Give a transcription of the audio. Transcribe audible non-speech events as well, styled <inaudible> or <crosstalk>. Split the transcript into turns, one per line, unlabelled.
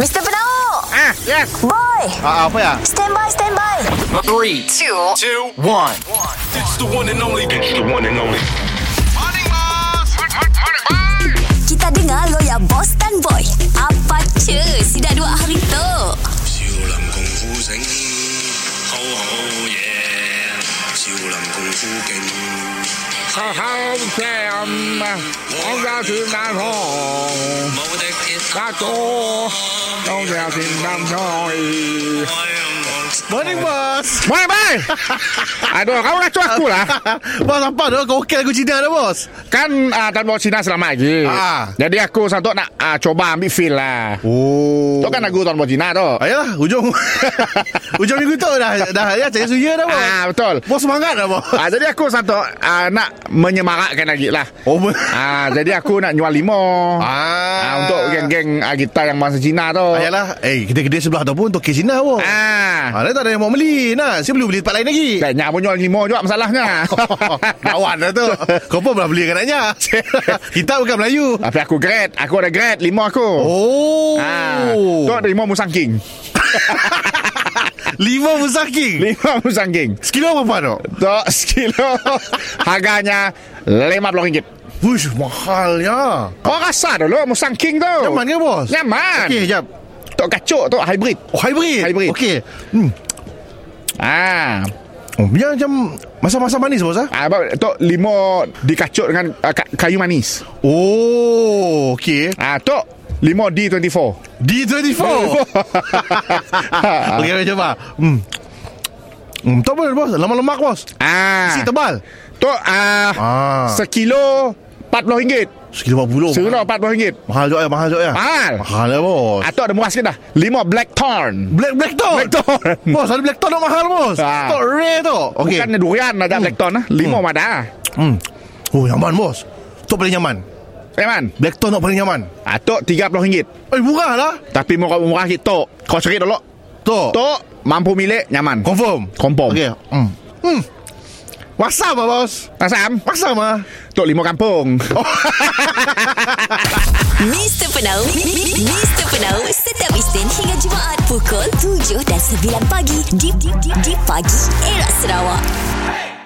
Mr. Penau.
Ah, yes.
Boy.
Ah, apa ya?
Stand by, stand by.
Three,
Two.
two, one.
It's the one and only. It's the one and only.
Kita dengar lo ya boss dan boy. Apa cuy? Sudah dua hari tu.
少林功夫醒，好好嘢。少林功夫勁，
好好正啊！我家是南方，
冇敵鐵
那多都是南方。
Morning, <laughs> bos.
喂喂，aduh kau racun aku lah.
bos, apa dah? Kau okey lagu Cina dah, bos?
Kan ah, tan bawa Cina selama lagi.
Ah.
Jadi aku satu nak ah, coba ambil feel lah.
Oh.
Tu kan lagu tan bawa Cina tu.
Ayalah, ujung. <laughs> ujung minggu tu dah. Dah, ya, cari suya dah, bos.
Ah betul.
Bos semangat dah, bos.
Ah, jadi aku satu ah, nak menyemangatkan lagi lah.
Oh, ber-
Ah, jadi aku nak nyual limo.
ah.
Ah, untuk geng-geng ah, kita yang masa Cina tu.
Ayalah, eh, kedai-kedai sebelah tu pun toke Cina, bos.
Ah.
Ah, dah tak ada yang mau beli. Nah, saya perlu beli tempat lain
<laughs>
lagi.
Kayaknya pun nyual limo juga
<laughs>
masalahnya.
Lawan dah tu. <laughs> Kau pun pernah beli kanaknya. <laughs> Kita bukan Melayu.
Tapi aku grade Aku ada grade Lima aku
Oh.
Ah, Kau ada lima musang king <laughs>
Lima musaking.
Lima musang king
Sekilo berapa tu?
Tok sekilo <laughs> Harganya RM50
Wush, mahal ya.
Kau rasa dulu musang king tu
Nyaman ke bos?
Nyaman
Okey, jap.
Tok kacuk tu hybrid
Oh, hybrid.
Hybrid.
Okey. Hmm.
Ah,
Oh, dia macam masa-masa manis bos ah.
ah apa, Tok lima dikacuk dengan ah, ka- kayu manis
Oh, okey.
Ah, Tok lima D24
D24. okey, mari cuba. Hmm. Hmm, tak boleh bos. Lemak-lemak bos.
<laughs> Ah,
Si tebal.
Tok
Ah.
ah,
Oh,
Sekilo RM40
Sekilo 40.
Sekilo RM40
Mahal juga ya, mahal juga ya.
Mahal.
Mahal ya bos.
Atau Ah, ada murah sikit dah Lima Black Thorn
Black Black Thorn.
Black Thorn.
<laughs> Bos, ada Black Thorn yang mahal bos.
Ah.
Tok rare tu. Okey.
Bukan durian ada Black Thorn lah Lima hmm. ada
Hmm. Oh, nyaman bos. Tok paling nyaman.
Eh man Ah,
Black Thorn tok paling nyaman.
Atuk RM30
Eh, murah lah.
Tapi murah-murah sikit Tok Kau cari dulu
Tok.
Tok Mampu milik nyaman
Confirm.
Confirm
Okey. Hmm. Hmm. Wasam ah bos.
Asam
Wasam ah.
Tok lima kampung
Mr. Penau, Mi- Mi- Mi- Mr. Penau, setiap Isnin hingga Jumaat pukul 7 dan 9 pagi di, di, di, di pagi era Sarawak.